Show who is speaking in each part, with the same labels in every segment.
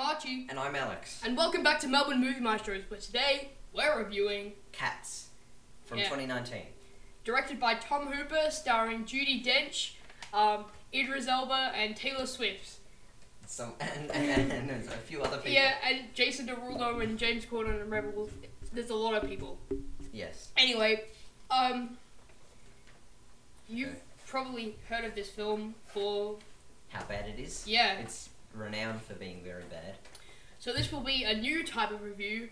Speaker 1: Archie,
Speaker 2: And I'm Alex.
Speaker 1: and welcome back to Melbourne Movie Maestros, where today we're reviewing,
Speaker 2: Cats from
Speaker 1: Yeah.
Speaker 2: 2019.
Speaker 1: directed by Tom Hooper, starring Judy Dench, um, Idris Elba, and Taylor Swift.
Speaker 2: Some and, and, and, and a few other people.
Speaker 1: Yeah, and Jason Derulo and James Corden and Rebel. Wolf. There's a lot of people.
Speaker 2: Yes.
Speaker 1: Anyway, um, you've
Speaker 2: Okay.
Speaker 1: probably heard of this film for
Speaker 2: How bad it is.
Speaker 1: yeah.
Speaker 2: It's renowned for being very bad.
Speaker 1: So this will be a new type of review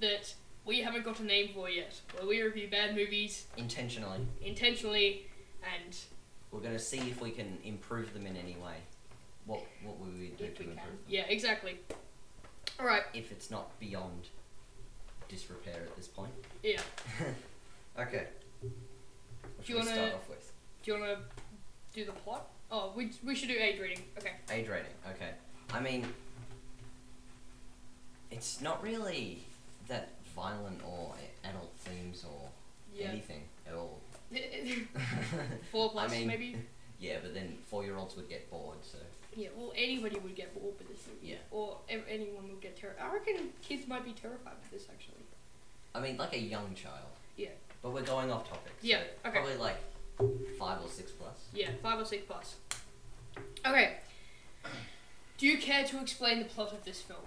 Speaker 1: that we haven't got a name for yet, where we review bad movies
Speaker 2: Intentionally.
Speaker 1: intentionally and
Speaker 2: We're going to see if we can improve them in any way. What what would we do
Speaker 1: if
Speaker 2: to
Speaker 1: we
Speaker 2: improve
Speaker 1: can.
Speaker 2: them?
Speaker 1: Yeah, exactly. All right.
Speaker 2: If it's not beyond disrepair at this point.
Speaker 1: Yeah.
Speaker 2: okay. What
Speaker 1: Do
Speaker 2: should
Speaker 1: you
Speaker 2: we start
Speaker 1: wanna-
Speaker 2: off with?
Speaker 1: Do you want to do the plot? Oh, we, we should do age rating. Okay.
Speaker 2: Age rating, okay. I mean, it's not really that violent or adult themes or
Speaker 1: Yeah.
Speaker 2: anything at all.
Speaker 1: Four plus,
Speaker 2: I mean,
Speaker 1: maybe.
Speaker 2: Yeah, but then four year olds would get bored, so.
Speaker 1: Yeah. Well, anybody would get bored with this movie.
Speaker 2: Yeah.
Speaker 1: Or ev- anyone would get terrified. I reckon kids might be terrified with this actually.
Speaker 2: I mean, like a young child.
Speaker 1: Yeah.
Speaker 2: But we're going off topic. so
Speaker 1: Yeah, okay.
Speaker 2: Probably like five or six plus.
Speaker 1: Yeah, five or six plus. Okay. Do you care to explain the plot of this film?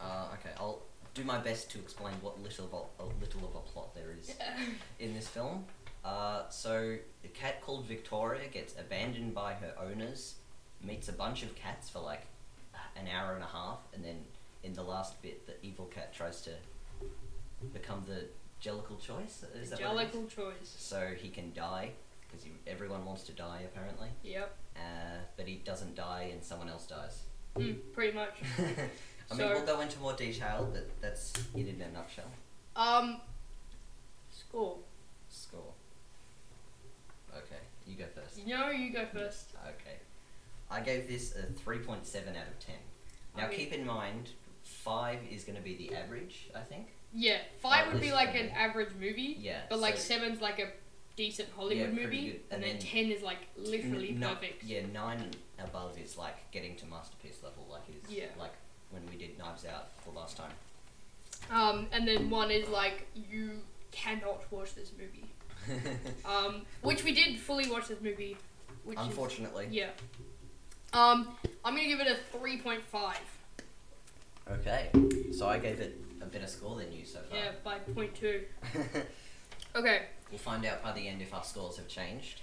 Speaker 2: Uh, okay, I'll do my best to explain what little of a, little of a plot there is in this film. Uh, so the cat called Victoria gets abandoned by her owners, meets a bunch of cats for like an hour and a half, and then in the last bit, the evil cat tries to become the Jellicle choice. Is that what it is?
Speaker 1: Jellicle choice.
Speaker 2: So he can die because everyone wants to die apparently,
Speaker 1: Yep.
Speaker 2: uh, but he doesn't die, and someone else dies.
Speaker 1: Mm, pretty much.
Speaker 2: Hmm. I mean,
Speaker 1: So-
Speaker 2: we'll go into more detail, but that's it in a nutshell.
Speaker 1: Um. Score.
Speaker 2: Score. Okay, you go first.
Speaker 1: No, you go first.
Speaker 2: Okay. I gave this a 3.7 out of 10. Now,
Speaker 1: Okay.
Speaker 2: keep in mind, 5 is going to be the average, I think.
Speaker 1: Yeah, five
Speaker 2: At
Speaker 1: would be
Speaker 2: least
Speaker 1: like
Speaker 2: for
Speaker 1: an
Speaker 2: me.
Speaker 1: average movie,
Speaker 2: Yeah.
Speaker 1: but like
Speaker 2: so
Speaker 1: seven's like a decent Hollywood
Speaker 2: pretty
Speaker 1: movie,
Speaker 2: good.
Speaker 1: and,
Speaker 2: And
Speaker 1: then,
Speaker 2: then-
Speaker 1: ten is like
Speaker 2: n-
Speaker 1: literally
Speaker 2: no-
Speaker 1: perfect.
Speaker 2: Yeah, 9 above is like getting to masterpiece level, like it is.
Speaker 1: Yeah.
Speaker 2: Like when we did Knives Out the last time.
Speaker 1: Um, and then one is like you cannot watch this movie. Um, which we did fully watch this movie. Which is-
Speaker 2: Unfortunately.
Speaker 1: Yeah. Um, I'm gonna give it a 3.5.
Speaker 2: Okay. So I gave it a better score than you so far.
Speaker 1: Yeah, by 0.2. Okay.
Speaker 2: We'll find out by the end if our scores have changed.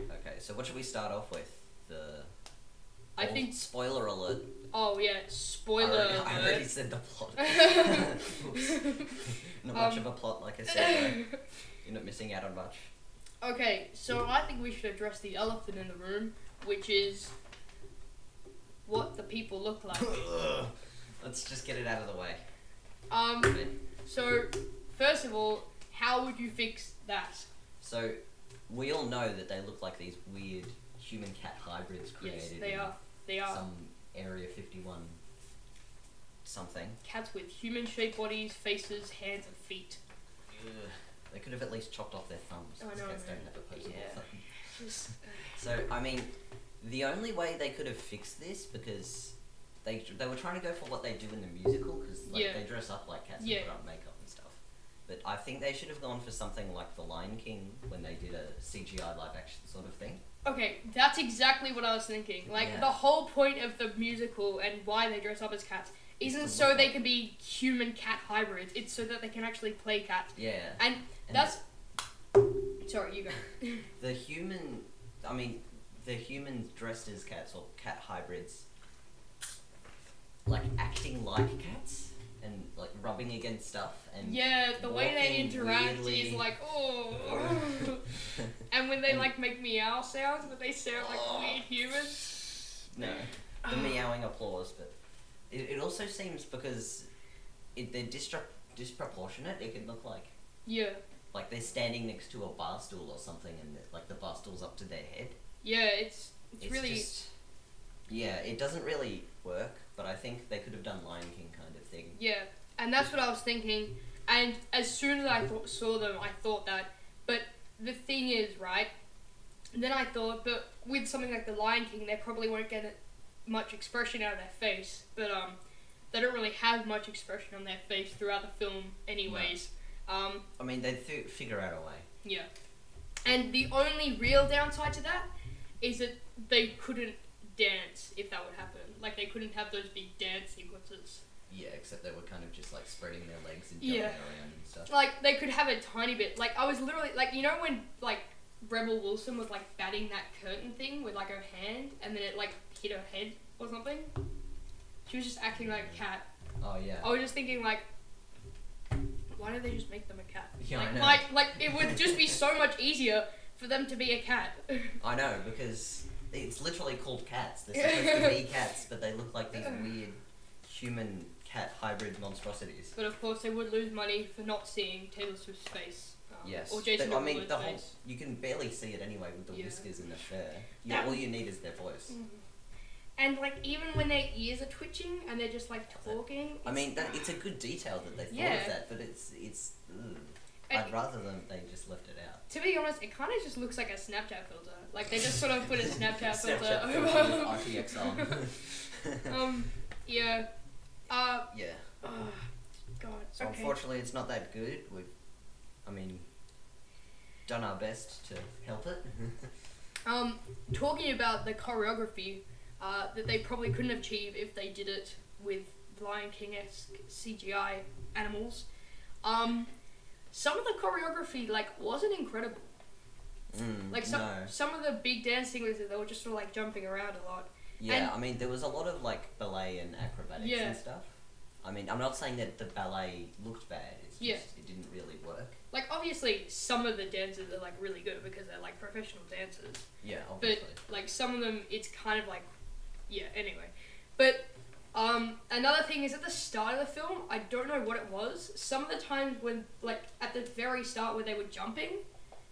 Speaker 2: Okay, so what should we start off with? The
Speaker 1: I
Speaker 2: Oh,
Speaker 1: think.
Speaker 2: spoiler alert.
Speaker 1: Oh yeah,
Speaker 2: I
Speaker 1: spoiler
Speaker 2: already, I already
Speaker 1: alert.
Speaker 2: said the plot. Oops. Not much
Speaker 1: Um,
Speaker 2: of a plot, like I said. though. You're not missing out on much.
Speaker 1: okay, so I think we should address the elephant in the room, which is what the people look like.
Speaker 2: Let's just get it out of the way.
Speaker 1: um. So, first of all, how would you fix that?
Speaker 2: So, we all know that they look like these weird human cat hybrids created
Speaker 1: Yes, they
Speaker 2: in
Speaker 1: are. They are
Speaker 2: some Area 51 something.
Speaker 1: cats with human-shaped bodies, faces, hands, and feet.
Speaker 2: They could have at least chopped off their thumbs.
Speaker 1: Oh, I
Speaker 2: 'cause
Speaker 1: know,
Speaker 2: cats
Speaker 1: man.
Speaker 2: don't have opposable
Speaker 1: Yeah.
Speaker 2: thumbs.
Speaker 1: Just,
Speaker 2: So I mean, the only way they could have fixed this because they they were trying to go for what they do in the musical because like
Speaker 1: Yeah.
Speaker 2: they dress up like cats
Speaker 1: Yeah.
Speaker 2: and put on makeup and stuff. But I think they should have gone for something like The Lion King when they did a CGI live action sort of thing.
Speaker 1: Okay, that's exactly what I was thinking. Like
Speaker 2: Yeah.
Speaker 1: the whole point of the musical and why they dress up as cats
Speaker 2: It's
Speaker 1: isn't
Speaker 2: to
Speaker 1: so
Speaker 2: look
Speaker 1: they
Speaker 2: like-
Speaker 1: can be human cat hybrids. It's so that they can actually play cats.
Speaker 2: Yeah,
Speaker 1: And,
Speaker 2: And
Speaker 1: that's sorry, you go.
Speaker 2: the human. I mean, the humans dressed as cats or cat hybrids, like acting like cats and like rubbing against stuff and
Speaker 1: yeah, the way they
Speaker 2: walking
Speaker 1: interact is
Speaker 2: weirdly.
Speaker 1: like oh. and when they
Speaker 2: And-
Speaker 1: like make meow sounds, but they sound like weird humans.
Speaker 2: No. The meowing applause, but it, it also seems because it, they're distra- disproportionate. It can look like
Speaker 1: Yeah,
Speaker 2: like they're standing next to a bar stool or something, and the- like the bar stool's up to their head.
Speaker 1: yeah, it's it's, really
Speaker 2: just yeah, it doesn't really work. But I think they could have done Lion King kind of thing.
Speaker 1: Yeah, and that's what I was thinking. And as soon as I thought, saw them, I thought that. But the thing is, right? Then I thought, but with something like The Lion King, they probably won't get much expression out of their face. But um, They don't really have much expression on their face throughout the film, anyways. Um,
Speaker 2: I mean, they th- figure out a way.
Speaker 1: yeah. And the only real downside to that is that they couldn't dance if that would happen. Like they couldn't have those big dance sequences.
Speaker 2: Yeah, except they were kind of just like spreading their legs and jumping
Speaker 1: Yeah.
Speaker 2: around and stuff.
Speaker 1: Like they could have a tiny bit. Like I was literally like you know when like Rebel Wilson was like batting that curtain thing with like her hand and then it like hit her head or something. She was just acting like a cat.
Speaker 2: Oh yeah.
Speaker 1: I was just thinking like why don't they just make them a cat?
Speaker 2: Yeah, I
Speaker 1: like,
Speaker 2: know.
Speaker 1: like like it would just be so much easier for them to be a cat.
Speaker 2: I know because it's literally called cats. They're supposed to be cats, but they look like these weird human cat hybrid monstrosities.
Speaker 1: but of course they would lose money for not seeing Taylor Swift's face. um,
Speaker 2: Yes.
Speaker 1: Or Jason
Speaker 2: They- I mean,
Speaker 1: Derulo's
Speaker 2: the whole
Speaker 1: face.
Speaker 2: you can barely see it anyway with the
Speaker 1: Yeah.
Speaker 2: whiskers and the fur. You,
Speaker 1: That- Mm.
Speaker 2: all you need is their voice.
Speaker 1: Mm-hmm. And like even when their ears are twitching and they're just like talking.
Speaker 2: I mean, that it's a good detail that they thought
Speaker 1: Yeah.
Speaker 2: of that, but it's it's. Ugh.
Speaker 1: I-
Speaker 2: I'd rather than they just left it out.
Speaker 1: To be honest, it kind of just looks like a Snapchat filter. Like they just sort of put a Snapchat filter over.
Speaker 2: Snapchat filter with RTX on.
Speaker 1: um, yeah. Uh,
Speaker 2: yeah.
Speaker 1: oh, God.
Speaker 2: So
Speaker 1: okay.
Speaker 2: unfortunately, it's not that good. We've, I mean, done our best to help it. Mm-hmm.
Speaker 1: Um, talking about the choreography uh, that they probably couldn't achieve if they did it with Lion King esque CGI animals. Um, some of the choreography like wasn't incredible.
Speaker 2: Mm,
Speaker 1: Like some
Speaker 2: no.
Speaker 1: some of the big dance sequences, they were just sort of like jumping around a lot.
Speaker 2: Yeah,
Speaker 1: and-
Speaker 2: I mean, there was a lot of like ballet and acrobatics
Speaker 1: Yeah.
Speaker 2: and stuff. I mean, I'm not saying that the ballet looked bad. It's just
Speaker 1: Yeah.
Speaker 2: it didn't really work.
Speaker 1: Like obviously, some of the dancers are like really good because they're like professional dancers.
Speaker 2: Yeah,
Speaker 1: but
Speaker 2: obviously.
Speaker 1: like some of them it's kind of like yeah anyway but um, another thing is at the start of the film i don't know what it was some of the times when like at the very start where they were jumping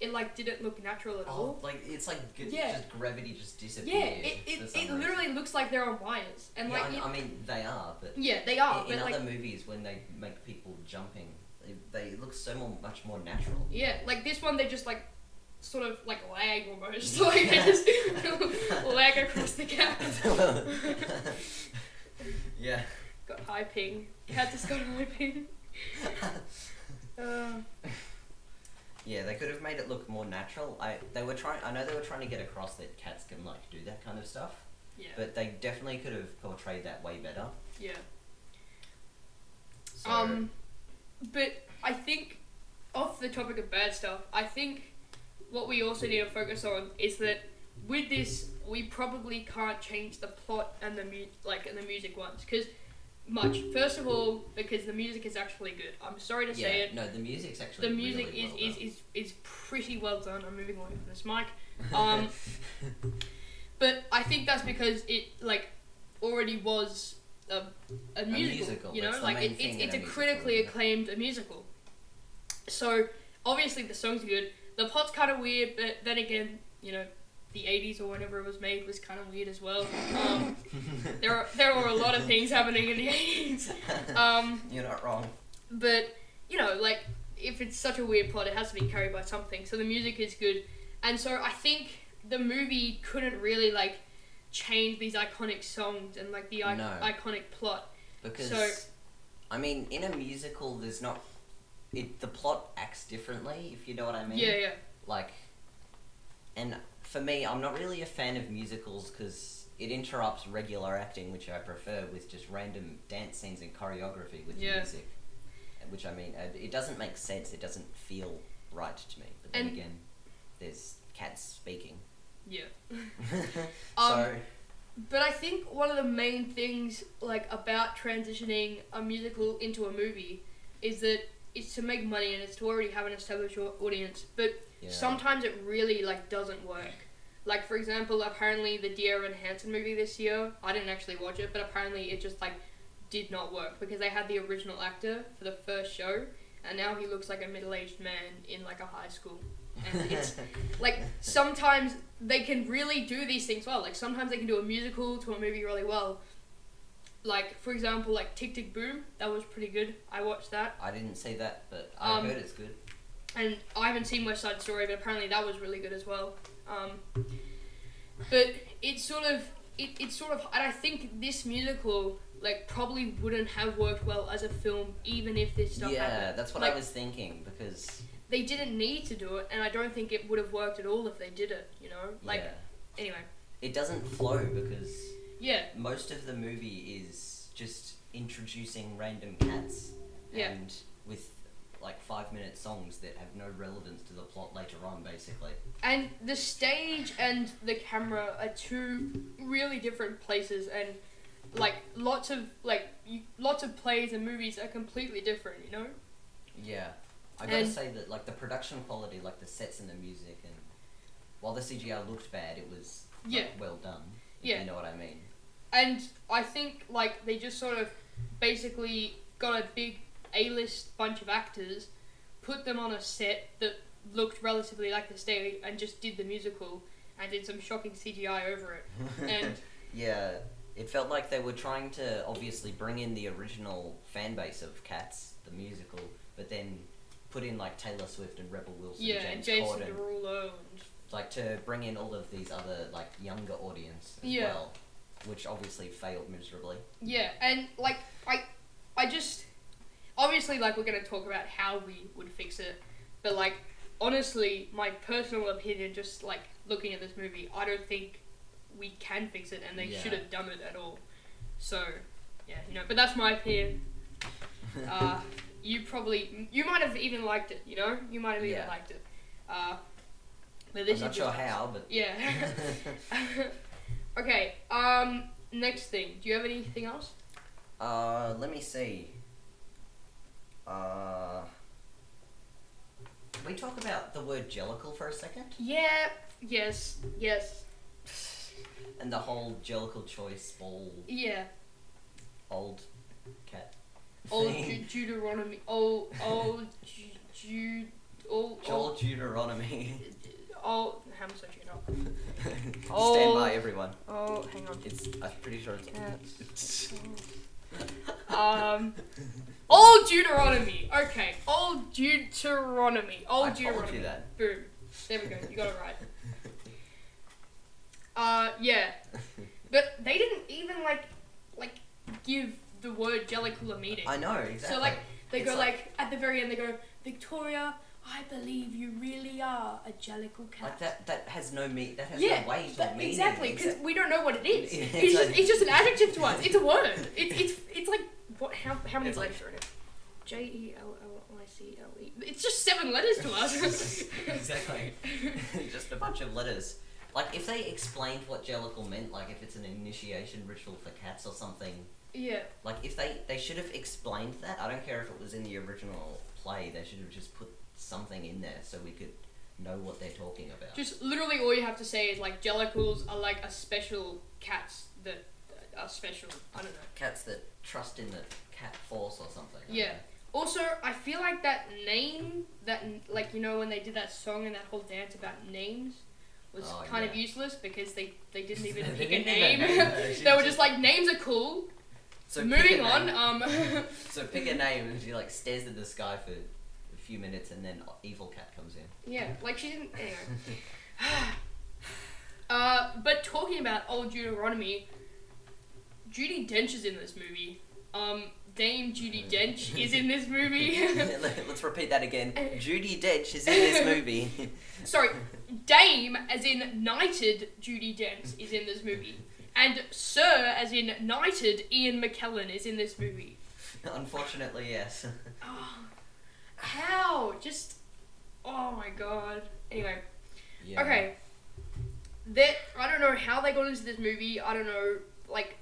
Speaker 1: it like didn't look natural at
Speaker 2: oh,
Speaker 1: all
Speaker 2: like it's like g-
Speaker 1: Yeah.
Speaker 2: just gravity just
Speaker 1: yeah
Speaker 2: disappeared.
Speaker 1: it,
Speaker 2: for
Speaker 1: it,
Speaker 2: some
Speaker 1: it
Speaker 2: reason.
Speaker 1: literally looks like they're on wires and
Speaker 2: Yeah,
Speaker 1: like
Speaker 2: I,
Speaker 1: it-
Speaker 2: I mean, they are, but
Speaker 1: yeah they are
Speaker 2: in, in
Speaker 1: but like
Speaker 2: other movies, when they make people jumping, they, they look so more, much more natural.
Speaker 1: yeah like this one they just like sort of like lag almost like they just lag across the gap
Speaker 2: yeah.
Speaker 1: got high ping cat just got high ping uh,
Speaker 2: yeah, they could have made it look more natural. I they were trying. I know they were trying to get across that cats can like do that kind of stuff,
Speaker 1: yeah
Speaker 2: but they definitely could have portrayed that way better.
Speaker 1: yeah
Speaker 2: So,
Speaker 1: Um, but I think off the topic of bad stuff, I think what we also need to focus on is that with this, we probably can't change the plot and the mu- like and the music ones because much. First of all, because the music is actually good. I'm sorry to
Speaker 2: yeah,
Speaker 1: say it.
Speaker 2: no, the music's actually
Speaker 1: The music
Speaker 2: really well
Speaker 1: is,
Speaker 2: done.
Speaker 1: is, is is pretty well done. I'm moving away from this mic. um, But I think that's because it like already was a, a, musical,
Speaker 2: musical,
Speaker 1: You know,
Speaker 2: that's the
Speaker 1: like
Speaker 2: main
Speaker 1: it,
Speaker 2: thing
Speaker 1: it's
Speaker 2: in a
Speaker 1: it's a
Speaker 2: musical,
Speaker 1: critically
Speaker 2: isn't it?
Speaker 1: acclaimed a musical. So obviously the song's good. The plot's kind of weird, but then again, you know, the '80s or whenever it was made was kind of weird as well. Um, there are, there were a lot of things happening in the '80s. Um,
Speaker 2: You're not wrong.
Speaker 1: but you know, like if it's such a weird plot, it has to be carried by something. So the music is good, and so I think the movie couldn't really like change these iconic songs and like the I-
Speaker 2: No.
Speaker 1: iconic plot.
Speaker 2: Because
Speaker 1: So-
Speaker 2: I mean, in a musical, there's not it. The plot acts differently, if you know what I mean.
Speaker 1: Yeah, yeah,
Speaker 2: Like, and for me, I'm not really a fan of musicals because it interrupts regular acting, which I prefer, with just random dance scenes and choreography with
Speaker 1: Yeah.
Speaker 2: music. Which I mean, uh, it doesn't make sense. It doesn't feel right to me. But then
Speaker 1: And-
Speaker 2: again, there's cats speaking.
Speaker 1: yeah. Um,
Speaker 2: so
Speaker 1: But I think one of the main things like about transitioning a musical into a movie is that it's to make money and it's to already have an established au- audience. But
Speaker 2: yeah.
Speaker 1: sometimes it really like doesn't work. Like for example, apparently the Dear and Hanson movie this year, I didn't actually watch it, but apparently it just like did not work because they had the original actor for the first show, and now he looks like a middle-aged man in like a high school. And it's like sometimes they can really do these things well. Like sometimes they can do a musical to a movie really well. Like for example, like Tick Tick Boom, that was pretty good. I watched that.
Speaker 2: I didn't see that, but I
Speaker 1: Um,
Speaker 2: heard it's good.
Speaker 1: and I haven't seen West Side Story, but apparently that was really good as well. Um, but it's sort of it, it's sort of and I think this musical like probably wouldn't have worked well as a film even if this stuff
Speaker 2: yeah,
Speaker 1: happened.
Speaker 2: that's what
Speaker 1: Like-
Speaker 2: I was thinking because
Speaker 1: They didn't need to do it, and I don't think it would have worked at all if they did it. You know, like
Speaker 2: yeah,
Speaker 1: anyway,
Speaker 2: it doesn't flow because
Speaker 1: yeah,
Speaker 2: most of the movie is just introducing random cats
Speaker 1: Yeah.
Speaker 2: and with like five minute songs that have no relevance to the plot later on basically
Speaker 1: and the stage and the camera are two really different places, and like lots of like you, lots of plays and movies are completely different. You know,
Speaker 2: yeah i gotta
Speaker 1: And-
Speaker 2: say that like the production quality like the sets and the music and while the cgi looked bad it was like,
Speaker 1: Yeah.
Speaker 2: well done if
Speaker 1: Yeah.
Speaker 2: you know what i mean
Speaker 1: and I think like they just sort of basically got a big A-list bunch of actors, put them on a set that looked relatively like the stage, and just did the musical and did some shocking CGI over it. And-
Speaker 2: yeah it felt like they were trying to obviously bring in the original fan base of cats the musical but then put in like taylor swift and rebel wilson
Speaker 1: yeah,
Speaker 2: james
Speaker 1: and Jason
Speaker 2: Corden.
Speaker 1: Derulo.
Speaker 2: like to bring in all of these other like younger audience as
Speaker 1: Yeah.
Speaker 2: well, which obviously failed miserably.
Speaker 1: And, yeah, and like I, I just obviously like we're gonna talk about how we would fix it, but like honestly, my personal opinion, just like looking at this movie, I don't think we can fix it, and they
Speaker 2: Yeah.
Speaker 1: should have done it at all. So yeah, you know, but that's my opinion. Uh, you probably you might have even liked it, you know, you might have even
Speaker 2: Yeah.
Speaker 1: liked it. Uh, but this
Speaker 2: I'm not
Speaker 1: is
Speaker 2: sure
Speaker 1: just-
Speaker 2: how, but
Speaker 1: Yeah. okay. Um. Next thing. Do you have anything else?
Speaker 2: uh, let me see. Uh, can we talk about the word jellicle for a second,
Speaker 1: Yeah. Yes. Yes.
Speaker 2: and the whole jellicle choice all
Speaker 1: Yeah.
Speaker 2: old cat
Speaker 1: Old
Speaker 2: thing.
Speaker 1: Deut- Deuteronomy. Old. Old. Ju- Ju- Old.
Speaker 2: Joel Deuteronomy.
Speaker 1: Old. I'm searching it up.
Speaker 2: Stand
Speaker 1: Old-
Speaker 2: by, everyone.
Speaker 1: Oh, hang on.
Speaker 2: It's. I'm pretty sure it's.
Speaker 1: Um. Old Deuteronomy. Okay. Old Deuteronomy. Old
Speaker 2: I told you
Speaker 1: Deuteronomy.
Speaker 2: that.
Speaker 1: Boom. There we go. You got it right. Uh. Yeah. But they didn't even like like give the word Jellicle a meaning.
Speaker 2: I know exactly.
Speaker 1: So like they
Speaker 2: It's
Speaker 1: go
Speaker 2: like-
Speaker 1: like, at the very end they go Victoria, I believe you really are a Jellicle cat.
Speaker 2: Like that that has no meat. That has
Speaker 1: yeah,
Speaker 2: no weight or
Speaker 1: that-
Speaker 2: meaning.
Speaker 1: exactly. Because
Speaker 2: except-
Speaker 1: we don't know what it is.
Speaker 2: Yeah,
Speaker 1: It's,
Speaker 2: it's
Speaker 1: just
Speaker 2: like-
Speaker 1: it's just an adjective to us. It's a word. It's it's it's like what? How how many
Speaker 2: It's like-
Speaker 1: letters are in it? J e l l i c l e. It's just seven letters to us.
Speaker 2: exactly. Just a bunch of letters. Like if they explained what Jellicle meant, like if it's an initiation ritual for cats or something,
Speaker 1: yeah.
Speaker 2: like if they they should have explained that. I don't care if it was in the original play. They should have just put something in there so we could know what they're talking about.
Speaker 1: Just literally all you have to say is like Jellicles are like a special cats that are special. I don't know.
Speaker 2: cats that trust in the cat force or something. I
Speaker 1: Yeah. Also, I feel like that name, that n- like you know when they did that song and that whole dance about names, was
Speaker 2: Oh,
Speaker 1: kind of
Speaker 2: yeah.
Speaker 1: useless because they they didn't even
Speaker 2: They
Speaker 1: pick
Speaker 2: didn't
Speaker 1: a name.
Speaker 2: even name it.
Speaker 1: they were just like names are cool.
Speaker 2: So pick a
Speaker 1: Moving
Speaker 2: name.
Speaker 1: on. Um.
Speaker 2: So pick a name and she like stares at the sky for a few minutes and then evil cat comes in.
Speaker 1: yeah, like she didn't. Anyway. uh, but talking about old Deuteronomy, Judy Dench is in this movie. Um, Dame Judy Dench is in this movie.
Speaker 2: Let- Let's repeat that again. Judy Dench is in this movie.
Speaker 1: Sorry, Dame, as in knighted Judy Dench, is in this movie. And Sir, as in knighted Ian McKellen, is in this movie.
Speaker 2: Unfortunately, yes.
Speaker 1: Oh, how? Just. Oh my god. Anyway,
Speaker 2: Yeah.
Speaker 1: okay. That I don't know how they got into this movie. I don't know, like.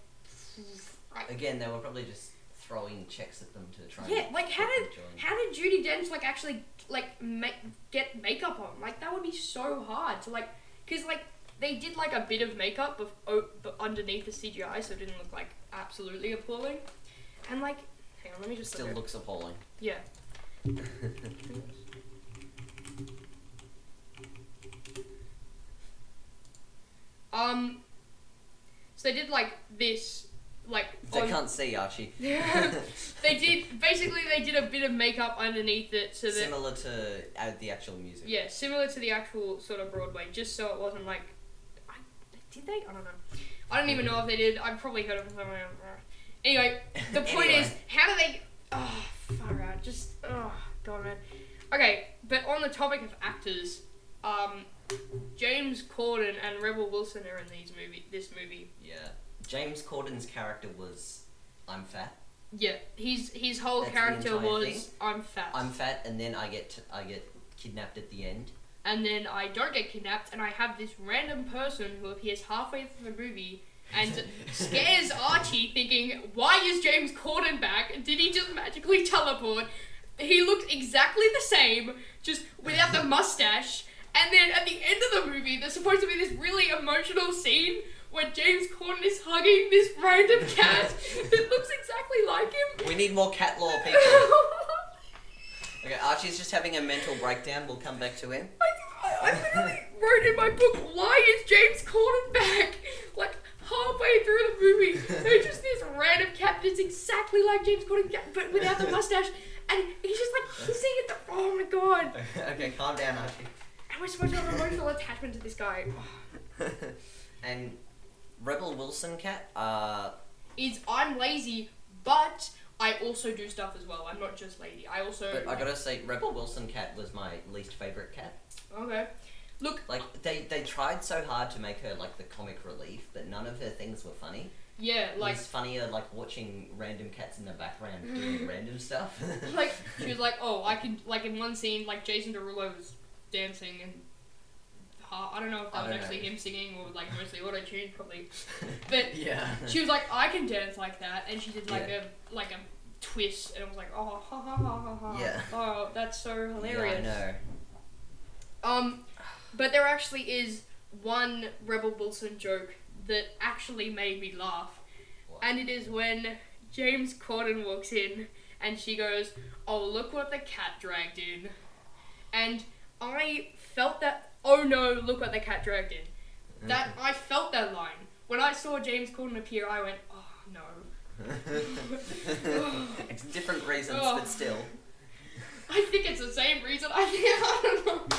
Speaker 1: I-
Speaker 2: Again, they were probably just throwing checks at them to try.
Speaker 1: Yeah,
Speaker 2: and
Speaker 1: like, how
Speaker 2: get them
Speaker 1: did-
Speaker 2: joined.
Speaker 1: How did Judy Dench like actually like make get makeup on? Like that would be so hard to like, cause like they did like a bit of makeup of o- but underneath the CGI, so it didn't look like absolutely appalling. And like, hang on, let me just
Speaker 2: Still
Speaker 1: look. at-
Speaker 2: looks appalling.
Speaker 1: Yeah. Um. So they did like this, like
Speaker 2: they
Speaker 1: on-
Speaker 2: can't see Archie.
Speaker 1: Oh, they did basically they did a bit of makeup underneath it so that
Speaker 2: Similar to uh, the actual music.
Speaker 1: Yeah, similar to the actual sort of Broadway, just so it wasn't like. I, did they? I don't know. I don't even know if they did. I've probably heard it from somewhere. else. Anyway, the point
Speaker 2: Anyway,
Speaker 1: is, how do they? Oh, far out. Just oh god, man. Okay, but on the topic of actors, um, James Corden and Rebel Wilson are in these movie. This movie.
Speaker 2: Yeah. James Corden's character was, I'm fat.
Speaker 1: Yeah, his his whole
Speaker 2: That's the
Speaker 1: character
Speaker 2: entire
Speaker 1: was
Speaker 2: thing?
Speaker 1: I'm fat,
Speaker 2: I'm fat, and then I get I get kidnapped at the end.
Speaker 1: and then I don't get kidnapped, and I have this random person who appears halfway through the movie and scares Archie, thinking, "Why is James Corden back? Did he just magically teleport?" He looked exactly the same, just without the mustache. And then at the end of the movie, there's supposed to be this really emotional scene where James Corden is hugging this random cat that looks exactly like him.
Speaker 2: We need more cat lore, people. Okay, Archie's just having a mental breakdown. We'll come back to him.
Speaker 1: I, I literally wrote in my book, why is James Corden back? Like halfway through the movie, there's just this random cat that's exactly like James Corden, cat, but without the mustache, and he's just like hissing at the. Oh my god!
Speaker 2: okay, calm down, Archie.
Speaker 1: I was supposed to have an emotional attachment to this guy.
Speaker 2: and Rebel Wilson cat. Uh,
Speaker 1: Is I'm lazy, but I also do stuff as well. I'm not just lazy. I also
Speaker 2: but I gotta say, Rebel Wilson cat was my least favorite cat.
Speaker 1: okay. Look,
Speaker 2: Like they they tried so hard to make her like the comic relief, but none of her things were funny.
Speaker 1: yeah,
Speaker 2: Like,
Speaker 1: like
Speaker 2: it's funnier like watching random cats in the background doing random stuff.
Speaker 1: like she was like, oh, I can like in one scene, like Jason Derulo was dancing and ha- I don't know if
Speaker 2: I
Speaker 1: that was
Speaker 2: don't know.
Speaker 1: actually him singing or like mostly auto tuned probably. But
Speaker 2: yeah.
Speaker 1: she was like, I can dance like that, and she did like a like a twist, and I was like, oh ha ha ha ha ha.
Speaker 2: Yeah.
Speaker 1: Oh, that's so hilarious.
Speaker 2: Yeah, I know.
Speaker 1: Um, but there actually is one Rebel Wilson joke that actually made me laugh,
Speaker 2: What?
Speaker 1: and it is when James Corden walks in and she goes, "Oh, look what the cat dragged in," and I felt that. Oh no! Look what the cat dragged in.
Speaker 2: Mm.
Speaker 1: That I felt that line when I saw James Corden appear. I went, "Oh no!"
Speaker 2: it's different reasons,
Speaker 1: Oh.
Speaker 2: but still.
Speaker 1: I think it's the same reason. I think I don't know.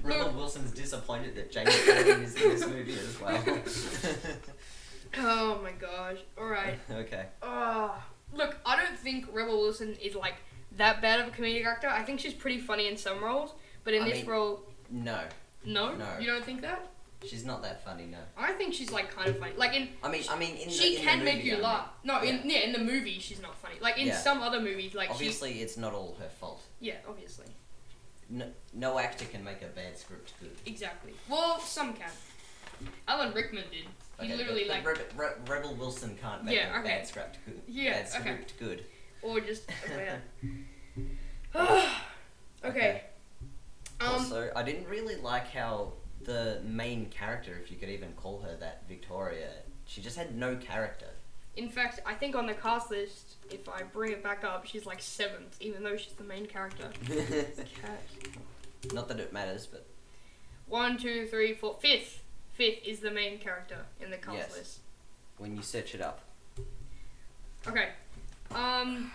Speaker 2: Rebel Wilson's disappointed that James Corden is in this movie as well.
Speaker 1: oh my gosh! All right.
Speaker 2: okay.
Speaker 1: Uh, look, I don't think Rebel Wilson is like that bad of a comedic actor. I think she's pretty funny in some roles, but in
Speaker 2: I
Speaker 1: this
Speaker 2: mean-
Speaker 1: role,
Speaker 2: No,
Speaker 1: no?
Speaker 2: No.
Speaker 1: You don't think that?
Speaker 2: she's not that funny. No.
Speaker 1: I think she's like kind of funny. Like in
Speaker 2: I mean, I mean, in
Speaker 1: she
Speaker 2: the, in
Speaker 1: can
Speaker 2: the
Speaker 1: make
Speaker 2: movie,
Speaker 1: you
Speaker 2: I mean,
Speaker 1: laugh. No, in yeah, in the movie she's not funny. Like in
Speaker 2: Yeah.
Speaker 1: some other movies, like
Speaker 2: Obviously, it's not all her fault.
Speaker 1: she yeah, obviously,
Speaker 2: No, no actor can make a bad script good.
Speaker 1: exactly. Well, some can. Alan Rickman did. He
Speaker 2: Okay,
Speaker 1: literally
Speaker 2: but-
Speaker 1: like
Speaker 2: but Rebe- Re- Rebel Wilson can't make
Speaker 1: Yeah,
Speaker 2: a
Speaker 1: okay.
Speaker 2: bad script good.
Speaker 1: Yeah,
Speaker 2: bad
Speaker 1: okay. Oh,
Speaker 2: script good.
Speaker 1: or just okay. okay. Um.
Speaker 2: also, I didn't really like how the main character, if you could even call her that, Victoria, she just had no character.
Speaker 1: In fact, I think on the cast list, if I bring it back up, she's like seventh, even though she's the main character. Cat.
Speaker 2: Not that it matters, but
Speaker 1: One, two, three, four, fifth. Fifth is the main character in the cast
Speaker 2: Yes.
Speaker 1: list.
Speaker 2: when you search it up,
Speaker 1: Okay. Um,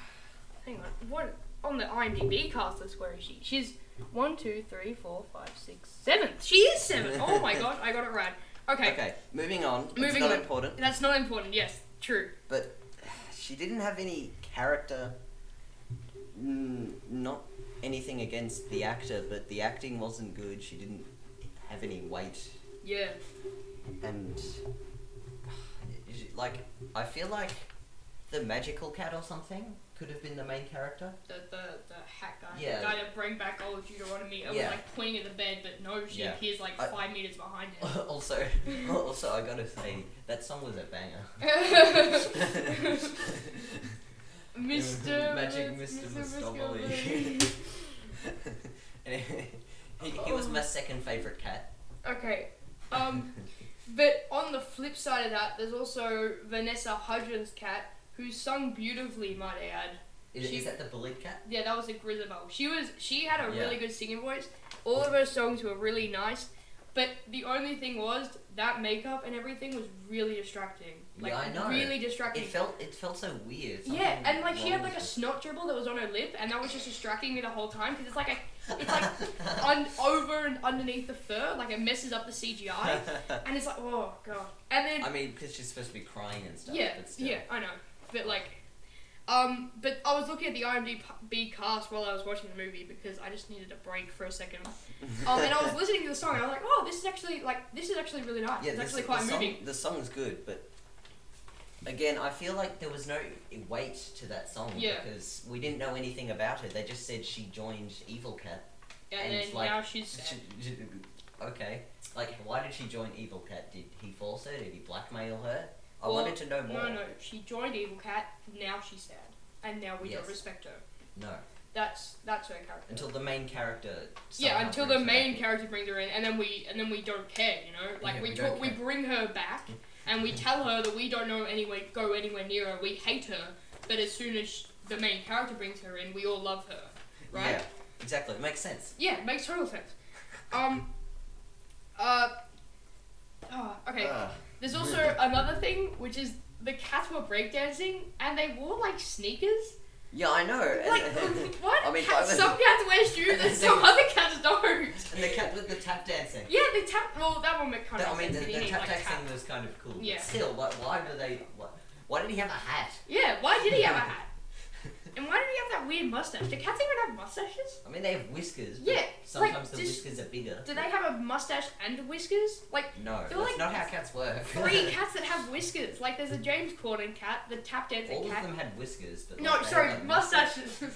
Speaker 1: hang on. What on the IMDb cast list? Where is she? She's one, two, three, four, five, six, seventh. She is seventh. Oh my god, I got it right. Okay.
Speaker 2: okay, moving on. it's
Speaker 1: Moving
Speaker 2: not
Speaker 1: on.
Speaker 2: important,
Speaker 1: That's not important. Yes, true.
Speaker 2: but she didn't have any character. Mm, not anything against the actor, but the acting wasn't good. She didn't have any weight,
Speaker 1: Yeah.
Speaker 2: and is it- like I feel like the magical cat or something could have been the main character.
Speaker 1: The the the hat guy.
Speaker 2: Yeah.
Speaker 1: The guy that bring back old Deuteronomy. and
Speaker 2: Yeah.
Speaker 1: was like pointing at the bed, but no, she
Speaker 2: Yeah.
Speaker 1: appears like
Speaker 2: I- Mhm.
Speaker 1: five meters behind him.
Speaker 2: also, also I gotta say that song was a banger.
Speaker 1: Mr.
Speaker 2: Magic
Speaker 1: Mis-
Speaker 2: Mr.
Speaker 1: Miscavige.
Speaker 2: Mistopoli. he, he was my second favorite cat.
Speaker 1: okay. Um, but on the flip side of that, there's also Vanessa Hudgens' cat, who sung beautifully, might I add.
Speaker 2: Is,
Speaker 1: she-
Speaker 2: is that the bullied cat?
Speaker 1: Yeah, that was a Grizzabelle. She was. She had a
Speaker 2: Yeah.
Speaker 1: really good singing voice. All of her songs were really nice. But the only thing was that makeup and everything was really distracting. Like
Speaker 2: Yeah, I know.
Speaker 1: really distracting.
Speaker 2: It felt it felt so weird.
Speaker 1: Yeah,
Speaker 2: something
Speaker 1: and like she had
Speaker 2: wrong
Speaker 1: like a
Speaker 2: with
Speaker 1: snot dribble that was on her lip, and that was just distracting me the whole time because it's like I, It's like un- over and underneath the fur, like it messes up the CGI, and it's like, oh god. And then
Speaker 2: I mean, because she's supposed to be crying and stuff.
Speaker 1: yeah,
Speaker 2: but still.
Speaker 1: yeah, I know, but like, um, but I was looking at the IMDb cast while I was watching the movie because I just needed a break for a second. Um, and I was listening to the song, and I was like, oh, this is actually like this is actually really nice.
Speaker 2: Yeah,
Speaker 1: it's
Speaker 2: the
Speaker 1: actually
Speaker 2: s-
Speaker 1: quite
Speaker 2: the
Speaker 1: moving.
Speaker 2: Song, the song's good, but again, I feel like there was no weight to that song
Speaker 1: Yeah.
Speaker 2: because we didn't know anything about her. They just said she joined Evil Cat.
Speaker 1: and,
Speaker 2: and,
Speaker 1: then
Speaker 2: like,
Speaker 1: now she's sad.
Speaker 2: okay, like why did she join Evil Cat? Did he force her? Did he blackmail her? I
Speaker 1: Well,
Speaker 2: wanted to know more.
Speaker 1: No, no, she joined Evil Cat. Now she's sad, and now we
Speaker 2: Yes.
Speaker 1: don't respect her.
Speaker 2: No,
Speaker 1: That's that's her character.
Speaker 2: until the main character.
Speaker 1: yeah,
Speaker 2: somehow
Speaker 1: until the
Speaker 2: brings her
Speaker 1: main
Speaker 2: back in.
Speaker 1: character brings her in, and then we and then we don't care, you know. Like
Speaker 2: Yeah,
Speaker 1: we
Speaker 2: we
Speaker 1: talk,
Speaker 2: don't
Speaker 1: we
Speaker 2: care.
Speaker 1: bring her back, and we tell her that we don't know anywhere go anywhere near her. We hate her, but as soon as sh the main character brings her in, we all love her, right?
Speaker 2: Yeah, exactly. It makes sense.
Speaker 1: Yeah, it makes total sense. Um. Uh. ah, okay.
Speaker 2: Ah,
Speaker 1: There's also another thing, which is the cats were breakdancing, and they wore like sneakers.
Speaker 2: yeah, I know. and-
Speaker 1: Like what?
Speaker 2: I mean,
Speaker 1: Cats-
Speaker 2: I was-
Speaker 1: some cats wear shoes, and some other cats don't.
Speaker 2: and the cat with the tap dancing.
Speaker 1: Yeah, the tap. Well, that one make kind
Speaker 2: That-
Speaker 1: of
Speaker 2: I mean,
Speaker 1: sense.
Speaker 2: the,
Speaker 1: that you
Speaker 2: the
Speaker 1: need,
Speaker 2: tap
Speaker 1: like,
Speaker 2: tax
Speaker 1: tap.
Speaker 2: thing was kind of cool. but
Speaker 1: Yeah.
Speaker 2: Still, why, why were they? Why, why did he have a hat?
Speaker 1: Yeah, why did he have a hat? And why did he have that weird mustache? Do cats even have mustaches?
Speaker 2: I mean, they have whiskers. But
Speaker 1: Yeah, like,
Speaker 2: Sometimes the
Speaker 1: just-
Speaker 2: whiskers are bigger.
Speaker 1: Do they have a mustache and whiskers? Like
Speaker 2: No, that's
Speaker 1: They're like-
Speaker 2: not how cats work.
Speaker 1: three cats that have whiskers. Like there's a James Corden cat, the tap dancing
Speaker 2: All of
Speaker 1: cat.
Speaker 2: them had whiskers, but
Speaker 1: no,
Speaker 2: like, they
Speaker 1: sorry,
Speaker 2: had a mustache.
Speaker 1: mustaches.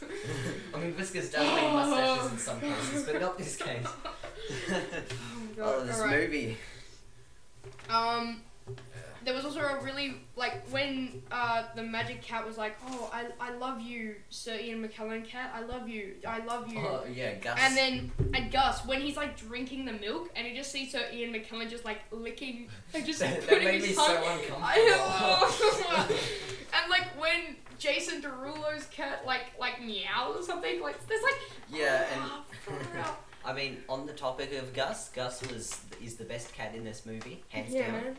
Speaker 1: Oh
Speaker 2: I mean, whiskers does mean mustaches in some cases, but not this case.
Speaker 1: oh my god.
Speaker 2: oh, this
Speaker 1: All right.
Speaker 2: movie.
Speaker 1: Um, there was also a really like when uh, the magic cat was like, "Oh, I, I love you, Sir Ian McKellen cat. I love you. I love you."
Speaker 2: Oh yeah, Gus.
Speaker 1: And then and Gus, when he's like drinking the milk, and you just see Sir Ian McKellen just like licking, like just
Speaker 2: That- that
Speaker 1: putting
Speaker 2: made
Speaker 1: his
Speaker 2: me so
Speaker 1: tongue.
Speaker 2: uncomfortable.
Speaker 1: I know. and like when Jason Derulo's cat like like meows or something, like there's like
Speaker 2: yeah,
Speaker 1: "Ah,
Speaker 2: and
Speaker 1: far out."
Speaker 2: I mean, on the topic of Gus, Gus was is the best cat in this movie, hands
Speaker 1: yeah,
Speaker 2: down.
Speaker 1: man.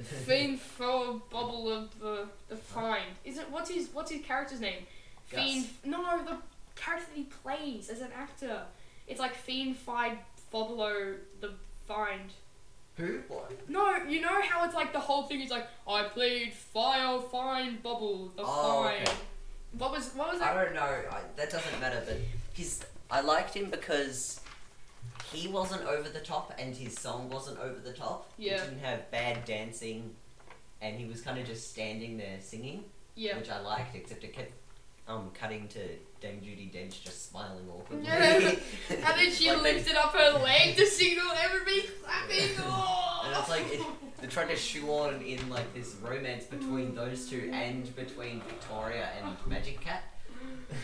Speaker 1: Fiend for bubble of the the find. Is it what's his what's his character's name?
Speaker 2: Gus.
Speaker 1: Fiend. No, the character that he plays as an actor. It's like Fiend Find Fobolo the Find.
Speaker 2: Who? What?
Speaker 1: No, you know how it's like the whole thing is like I played fire, fine, bubble, the
Speaker 2: Oh,
Speaker 1: fine.
Speaker 2: okay.
Speaker 1: What was what was
Speaker 2: I
Speaker 1: that?
Speaker 2: don't know. I, that doesn't matter. But his, I liked him because he wasn't over the top, and his song wasn't over the top.
Speaker 1: Yeah.
Speaker 2: He didn't have bad dancing, and he was kind of just standing there singing,
Speaker 1: Yeah.
Speaker 2: which I liked. Except it kept um cutting to Dame Judy Dench just smiling awkwardly.
Speaker 1: Yeah. And then she
Speaker 2: Like they-
Speaker 1: lifted up her leg to signal everybody clapping. Oh.
Speaker 2: And it's like it, they tried to shoehorn in like this romance between those two and between Victoria and Magic Cat.
Speaker 1: Mm.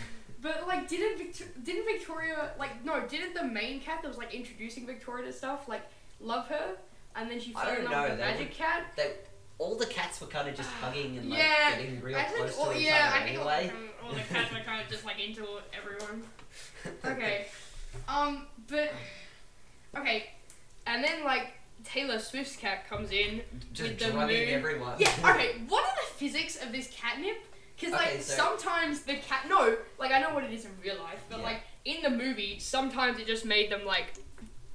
Speaker 1: But like, didn't Victor- didn't Victoria like no? Didn't the main cat that was like introducing Victoria to stuff like love her, and then she
Speaker 2: I
Speaker 1: fell in
Speaker 2: don't
Speaker 1: love
Speaker 2: know,
Speaker 1: with the
Speaker 2: that
Speaker 1: magic
Speaker 2: would-
Speaker 1: cat?
Speaker 2: They, all the cats were kind of just hugging and like
Speaker 1: Yeah,
Speaker 2: getting real
Speaker 1: I
Speaker 2: close
Speaker 1: think,
Speaker 2: to
Speaker 1: all,
Speaker 2: each
Speaker 1: yeah,
Speaker 2: other
Speaker 1: I think all
Speaker 2: anyway.
Speaker 1: the- all the cats are kind of just like into everyone. Okay. Um, but okay, and then like Taylor Swift's cat comes in.
Speaker 2: Just
Speaker 1: With the
Speaker 2: drugging
Speaker 1: moon.
Speaker 2: everyone.
Speaker 1: Yeah. Okay. What are the physics of this catnip? Because like
Speaker 2: Okay, so-
Speaker 1: sometimes the cat no, like I know what it is in real life, but
Speaker 2: Yeah.
Speaker 1: like in the movie, sometimes it just made them like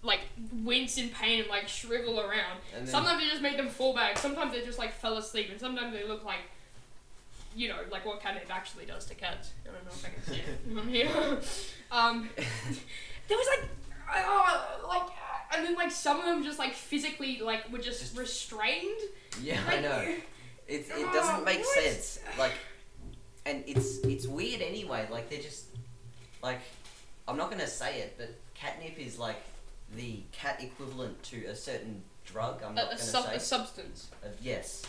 Speaker 1: like wince in pain and like shrivel around.
Speaker 2: And then-
Speaker 1: Sometimes it just made them fall back. Sometimes they just like fell asleep, and sometimes they look like. You know, like what catnip actually does to cats. I don't know if I can say it on here. um, there was like, oh, like, uh, and then like some of them just like physically like were just,
Speaker 2: Just-
Speaker 1: restrained.
Speaker 2: yeah,
Speaker 1: Like,
Speaker 2: I know. It, it
Speaker 1: Oh,
Speaker 2: doesn't make
Speaker 1: what?
Speaker 2: sense. Like, and it's it's weird anyway. Like they're just like I'm not gonna say it, but catnip is like the cat equivalent to a certain drug. I'm
Speaker 1: A,
Speaker 2: not
Speaker 1: a,
Speaker 2: gonna
Speaker 1: sub,
Speaker 2: say.
Speaker 1: a substance.
Speaker 2: Uh, yes,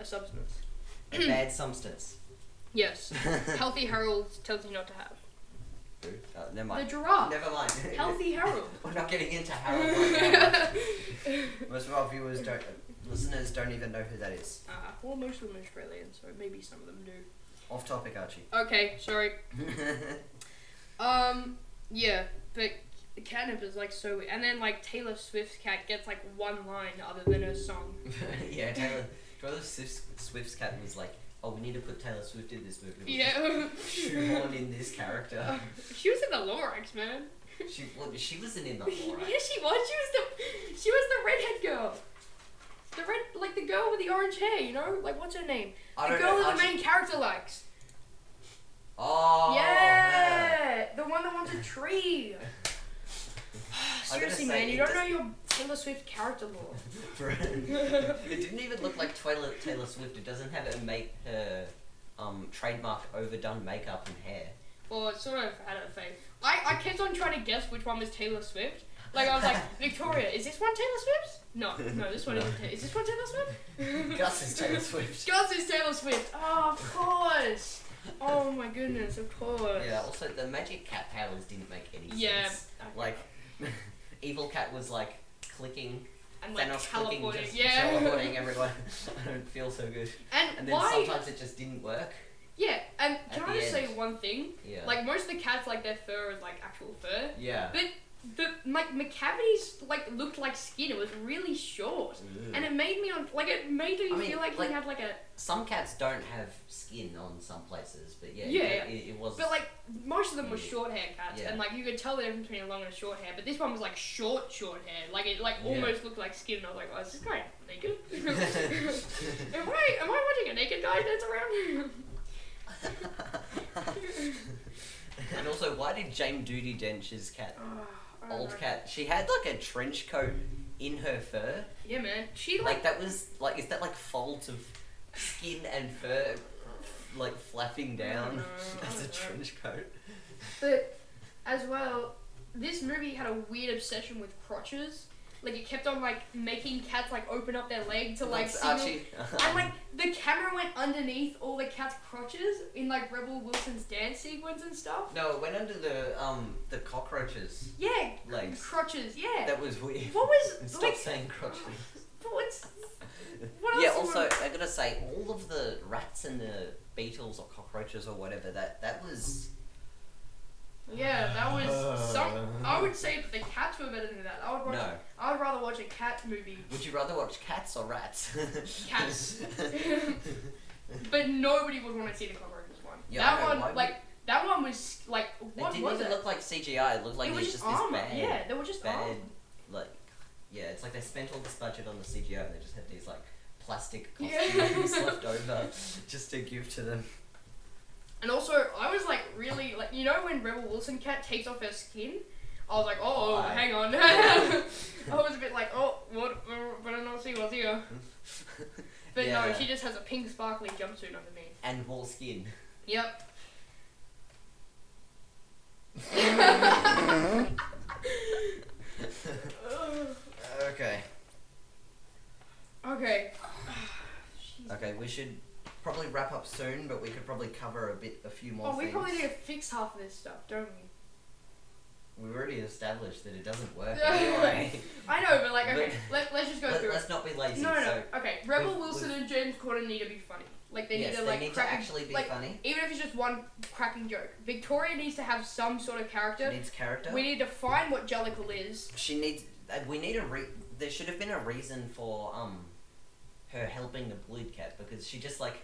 Speaker 1: A substance.
Speaker 2: a bad substance.
Speaker 1: Yes.
Speaker 2: uh,
Speaker 1: Healthy Harold tells you not to have.
Speaker 2: never
Speaker 1: The
Speaker 2: mind.
Speaker 1: giraffe.
Speaker 2: Never mind.
Speaker 1: Healthy Harold.
Speaker 2: We're not getting into Harold. right now.
Speaker 1: uh,
Speaker 2: Most of our viewers don't, listeners don't even know who that is.
Speaker 1: Ah, well, most of them are Australian, so maybe some of them do.
Speaker 2: Off topic, Archie.
Speaker 1: Okay, sorry. Um, yeah, but the catnip is like so. And then like Taylor Swift's cat gets like one line other than her song.
Speaker 2: yeah, Taylor. Taylor Swift's, Swift's cat was like, oh, we need to put Taylor Swift in this movie. We'll
Speaker 1: Yeah.
Speaker 2: just Shoehorn in this character.
Speaker 1: she was in the Lorax, man.
Speaker 2: She well, she wasn't in that one, right?
Speaker 1: yeah, she was. She was the she was the redhead girl. The red, like the girl with the orange hair. You know, like what's her name?
Speaker 2: I
Speaker 1: the
Speaker 2: don't
Speaker 1: girl
Speaker 2: know.
Speaker 1: that the
Speaker 2: I-
Speaker 1: main character likes.
Speaker 2: Oh, her.
Speaker 1: yeah, the one that wants a tree. Seriously,
Speaker 2: say,
Speaker 1: man,
Speaker 2: it
Speaker 1: you don't
Speaker 2: does-
Speaker 1: know your Taylor Swift character lore.
Speaker 2: For- it didn't even look like Taylor, Taylor Swift. It doesn't have her make her um trademark overdone makeup and hair.
Speaker 1: Well, it's sort of out of the face. I, I kept on trying to guess which one was Taylor Swift. Like, I was like, Victoria, is this one Taylor Swift's? No, no, this one
Speaker 2: No.
Speaker 1: isn't. Ta- is this one Taylor Swift?
Speaker 2: Gus is Taylor Swift.
Speaker 1: Gus is Taylor Swift. Oh, of course. Oh my goodness, of course.
Speaker 2: Yeah. Also, the magic cat powers didn't make any
Speaker 1: Yeah.
Speaker 2: sense. Like, evil cat was like clicking,
Speaker 1: and like
Speaker 2: Thanos clicking,
Speaker 1: teleporting.
Speaker 2: just
Speaker 1: Yeah.
Speaker 2: teleporting everyone. I don't feel so good.
Speaker 1: And,
Speaker 2: And then
Speaker 1: why?
Speaker 2: sometimes it just didn't work.
Speaker 1: yeah. And
Speaker 2: At
Speaker 1: can
Speaker 2: the
Speaker 1: I just say
Speaker 2: end.
Speaker 1: one thing?
Speaker 2: Yeah.
Speaker 1: Like most of the cats, like their fur is like actual fur.
Speaker 2: Yeah.
Speaker 1: But the like McCavity's like looked like skin. It was really short.
Speaker 2: Ugh.
Speaker 1: And it made me on like it made me
Speaker 2: Mm. I mean,
Speaker 1: feel like,
Speaker 2: like-
Speaker 1: he had like a
Speaker 2: some cats don't have skin on some places, but yeah,
Speaker 1: Yeah,
Speaker 2: it, it, it was.
Speaker 1: but like most of them were
Speaker 2: Yeah.
Speaker 1: short hair cats
Speaker 2: Yeah.
Speaker 1: and like you could tell the difference between a long and a short hair but this one was like short short hair like it like
Speaker 2: Yeah.
Speaker 1: almost looked like skin and I was like oh is this guy naked am I am I watching a naked guy dance around
Speaker 2: and also, why did Jane Duty Dench's cat,
Speaker 1: oh, I don't
Speaker 2: old
Speaker 1: know.
Speaker 2: cat, she had like a trench coat in her fur?
Speaker 1: yeah man she like
Speaker 2: Like that was like, is that like folds of skin and fur, like flapping down
Speaker 1: know, I
Speaker 2: as a
Speaker 1: don't know.
Speaker 2: trench coat?
Speaker 1: But as well, this movie had a weird obsession with crotches. Like it kept on like making cats like open up their leg to like
Speaker 2: That's
Speaker 1: signal.
Speaker 2: Archie.
Speaker 1: And like the camera went underneath all the cats' crotches in like Rebel Wilson's dance sequence and stuff.
Speaker 2: no, it went under the um the cockroaches
Speaker 1: Yeah,
Speaker 2: legs.
Speaker 1: crotches. Yeah.
Speaker 2: That was weird.
Speaker 1: what was
Speaker 2: Stop
Speaker 1: like?
Speaker 2: saying crotches.
Speaker 1: But what's what else?
Speaker 2: yeah.
Speaker 1: you
Speaker 2: Also,
Speaker 1: want-
Speaker 2: I gotta say, all of the rats and the beetles or cockroaches or whatever that that was.
Speaker 1: Yeah, that was some. I would say that the cats were better than that. I would watch.
Speaker 2: No.
Speaker 1: I would rather watch a cat movie,
Speaker 2: Would you rather watch cats or rats?
Speaker 1: Cats. but nobody would want to see the cockroaches one.
Speaker 2: Yeah, I
Speaker 1: that
Speaker 2: know,
Speaker 1: one,
Speaker 2: why would-
Speaker 1: like that one was like
Speaker 2: it
Speaker 1: what
Speaker 2: didn't
Speaker 1: was
Speaker 2: even
Speaker 1: it?
Speaker 2: look like CGI. It looked like
Speaker 1: it
Speaker 2: it
Speaker 1: was
Speaker 2: was
Speaker 1: just
Speaker 2: just this
Speaker 1: armor.
Speaker 2: bad,
Speaker 1: Yeah, they were just
Speaker 2: bad,
Speaker 1: armor.
Speaker 2: like, yeah. It's like they spent all this budget on the CGI and they just had these like plastic
Speaker 1: Yeah.
Speaker 2: costumes left over just to give to them.
Speaker 1: And also, I was like really like you know when Rebel Wilson cat takes off her skin. I was like, oh,
Speaker 2: Why?
Speaker 1: hang on. I was a bit like, oh, what? But I don't see what's here. But no,
Speaker 2: Yeah.
Speaker 1: she just has a pink sparkly jumpsuit underneath.
Speaker 2: and more skin.
Speaker 1: Yep. Ugh.
Speaker 2: okay.
Speaker 1: okay.
Speaker 2: Okay, we should probably wrap up soon, but we could probably cover a bit, a few more
Speaker 1: Oh, we
Speaker 2: things.
Speaker 1: probably need to fix half of this stuff, don't we?
Speaker 2: We've already established that it doesn't work anyway.
Speaker 1: I know, but like,
Speaker 2: But-
Speaker 1: okay, let, let's just go
Speaker 2: Let,
Speaker 1: through it.
Speaker 2: us not be lazy.
Speaker 1: No, no,
Speaker 2: So,
Speaker 1: no. Okay, Rebel
Speaker 2: We've-
Speaker 1: Wilson and James Corden need to be funny. Like they
Speaker 2: yes,
Speaker 1: need to
Speaker 2: they
Speaker 1: like
Speaker 2: need to
Speaker 1: crack a-
Speaker 2: actually be
Speaker 1: like,
Speaker 2: funny.
Speaker 1: Even if it's just one cracking joke, Victoria needs to have some sort of
Speaker 2: She
Speaker 1: character.
Speaker 2: needs character.
Speaker 1: We need to find what Jellicle is.
Speaker 2: she needs. Uh, we need a re. There should have been a reason for um, her helping the bullied cat because she just like,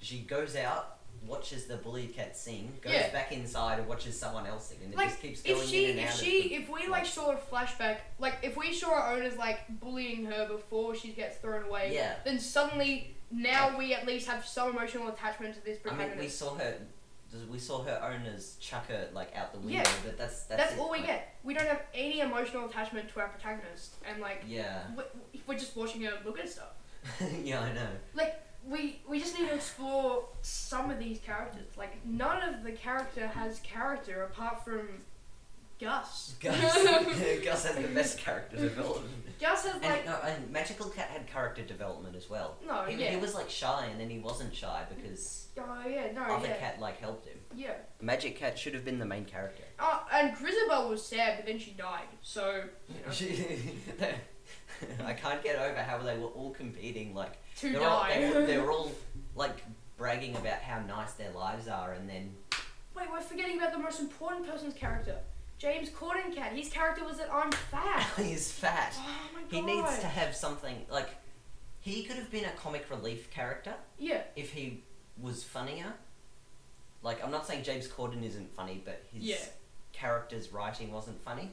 Speaker 2: she goes out, watches the bullied cat sing, goes
Speaker 1: Yeah.
Speaker 2: back inside and watches someone else sing, and it
Speaker 1: Like,
Speaker 2: just keeps going
Speaker 1: If she,
Speaker 2: in and out.
Speaker 1: if
Speaker 2: of
Speaker 1: she,
Speaker 2: the-
Speaker 1: if we like
Speaker 2: like-
Speaker 1: saw a flashback, like if we saw our owners like bullying her before she gets thrown away,
Speaker 2: Yeah.
Speaker 1: then suddenly now we at least have some emotional attachment to this
Speaker 2: I mean, we
Speaker 1: protagonist.
Speaker 2: saw her. We saw her owners chuck her like out the window,
Speaker 1: Yeah.
Speaker 2: but that's that's,
Speaker 1: that's
Speaker 2: it,
Speaker 1: all we
Speaker 2: like,
Speaker 1: get. We don't have any emotional attachment to our protagonist, and like
Speaker 2: Yeah,
Speaker 1: we- we're just watching her look at stuff.
Speaker 2: yeah, I know.
Speaker 1: we we just need to explore some of these characters. Like none of the character has character apart from Gus.
Speaker 2: Gus, Gus has the best character development.
Speaker 1: Gus has
Speaker 2: And
Speaker 1: like
Speaker 2: no, and Magical Cat had character development as well.
Speaker 1: no,
Speaker 2: He,
Speaker 1: yeah.
Speaker 2: he was like shy, and then he wasn't shy because
Speaker 1: oh yeah, no,
Speaker 2: other
Speaker 1: yeah,
Speaker 2: cat like helped him.
Speaker 1: yeah.
Speaker 2: Magic Cat should have been the main character.
Speaker 1: Oh, and Grisabel was sad, but then she died. So you know,
Speaker 2: I can't get over how they were all competing. Like
Speaker 1: to
Speaker 2: they're all, they, were,
Speaker 1: die.
Speaker 2: they were all like bragging about how nice their lives are, and then
Speaker 1: Wait, we're forgetting about the most important person's character, James Corden. Cat. His character was that I'm fat.
Speaker 2: he's fat.
Speaker 1: Oh my god.
Speaker 2: He needs to have something like he could have been a comic relief character
Speaker 1: Yeah.
Speaker 2: if he was funnier. Like I'm not saying James Corden isn't funny, but his
Speaker 1: Yeah.
Speaker 2: character's writing wasn't funny.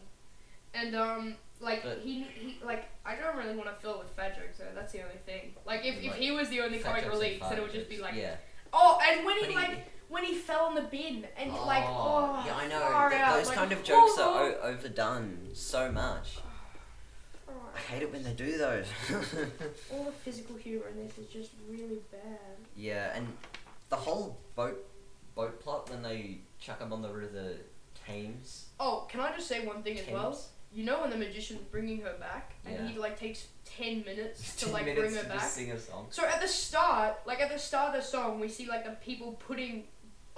Speaker 1: And um, like
Speaker 2: But-
Speaker 1: he, he, like I don't really want to fill with fat jokes though. That's the only thing. Like if, if
Speaker 2: Like,
Speaker 1: he was the only
Speaker 2: Fat
Speaker 1: comic
Speaker 2: jokes and
Speaker 1: relief, then
Speaker 2: fart
Speaker 1: it would just
Speaker 2: jokes.
Speaker 1: be like,
Speaker 2: yeah.
Speaker 1: oh, and when
Speaker 2: But
Speaker 1: he
Speaker 2: he-
Speaker 1: like when he fell in the bin and like oh,
Speaker 2: yeah, I know.
Speaker 1: far
Speaker 2: th-
Speaker 1: out,
Speaker 2: those
Speaker 1: like,
Speaker 2: kind of jokes
Speaker 1: oh,
Speaker 2: are o- overdone so much.
Speaker 1: oh,
Speaker 2: I hate it when they do those.
Speaker 1: All the physical humor in this is just really bad.
Speaker 2: yeah, and the whole boat boat plot when they chuck them on the river Thames.
Speaker 1: Oh, can I just say one thing as well?
Speaker 2: Thames.
Speaker 1: You know when the magician's bringing her back, and
Speaker 2: Yeah.
Speaker 1: he like takes ten minutes to
Speaker 2: 10
Speaker 1: like
Speaker 2: minutes
Speaker 1: bring her
Speaker 2: to
Speaker 1: back.
Speaker 2: just sing a song.
Speaker 1: So at the start, like at the start of the song, we see like the people putting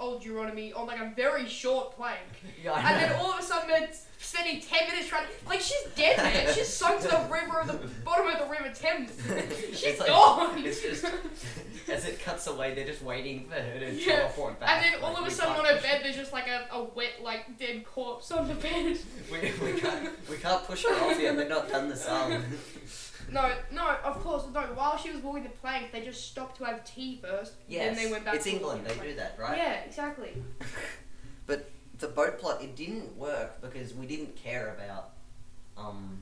Speaker 1: old Deuteronomy on like a very short plank,
Speaker 2: Yeah, I
Speaker 1: and
Speaker 2: know.
Speaker 1: then all of a sudden they're spending ten minutes trying. Like she's dead, man. She's sunk to the river of the bottom of the river Thames. She's
Speaker 2: It's like-
Speaker 1: gone.
Speaker 2: it's just- As it cuts away, they're just waiting for her to
Speaker 1: Yeah,
Speaker 2: teleport back.
Speaker 1: and then all
Speaker 2: like,
Speaker 1: of a
Speaker 2: we
Speaker 1: sudden on
Speaker 2: can't
Speaker 1: her
Speaker 2: push-
Speaker 1: bed, there's just like a, a wet, like dead corpse on the bed.
Speaker 2: We, we, can't, we can't push her off yet, they're not done the song.
Speaker 1: No, no, of course, no. While she was walking the plank, they just stopped to have tea first.
Speaker 2: yes,
Speaker 1: Then they went back
Speaker 2: it's
Speaker 1: to
Speaker 2: England, they
Speaker 1: walking the
Speaker 2: do
Speaker 1: plank.
Speaker 2: that, right?
Speaker 1: Yeah, exactly.
Speaker 2: the boat plot it didn't work because we didn't care about um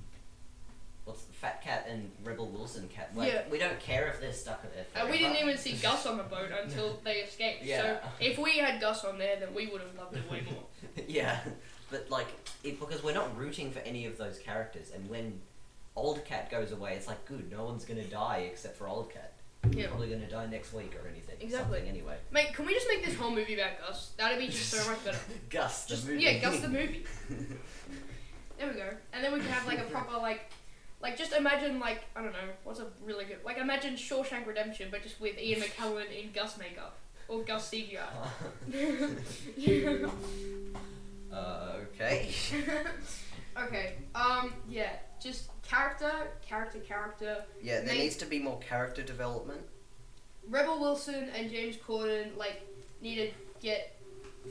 Speaker 2: what's the fat cat and rebel wilson cat like
Speaker 1: Yeah.
Speaker 2: we don't care if they're stuck in there
Speaker 1: And Uh, we
Speaker 2: forever.
Speaker 1: didn't even see Gus on the boat until they escaped.
Speaker 2: Yeah.
Speaker 1: So if we had Gus on there, then we would have loved it way more.
Speaker 2: yeah but like it because we're not rooting for any of those characters and when old cat goes away it's like good no one's gonna die except for old cat He's
Speaker 1: Yeah.
Speaker 2: probably gonna die next week or anything
Speaker 1: Exactly.
Speaker 2: something anyway
Speaker 1: Mate, can we just make this whole movie about Gus? That'd be just so much better.
Speaker 2: gus the
Speaker 1: Just
Speaker 2: movie
Speaker 1: yeah, Gus the movie. There we go. And then we can have like a proper like, like just imagine like I don't know what's a really good like imagine Shawshank Redemption but just with Ian McKellen in Gus makeup or Gus CGI.
Speaker 2: uh, okay
Speaker 1: okay. Um. Yeah. Just character, character, character.
Speaker 2: yeah there
Speaker 1: Mate.
Speaker 2: needs to be more character development
Speaker 1: Rebel Wilson and James Corden like need to get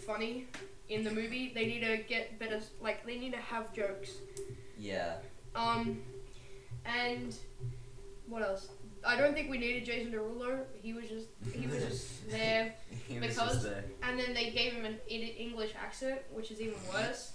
Speaker 1: funny in the movie. They need to get better like they need to have jokes.
Speaker 2: yeah
Speaker 1: Um and what else? I don't think we needed Jason Derulo. He was just he was just there.
Speaker 2: He was
Speaker 1: Because-
Speaker 2: just there.
Speaker 1: And then they gave him an in- English accent, which is even worse.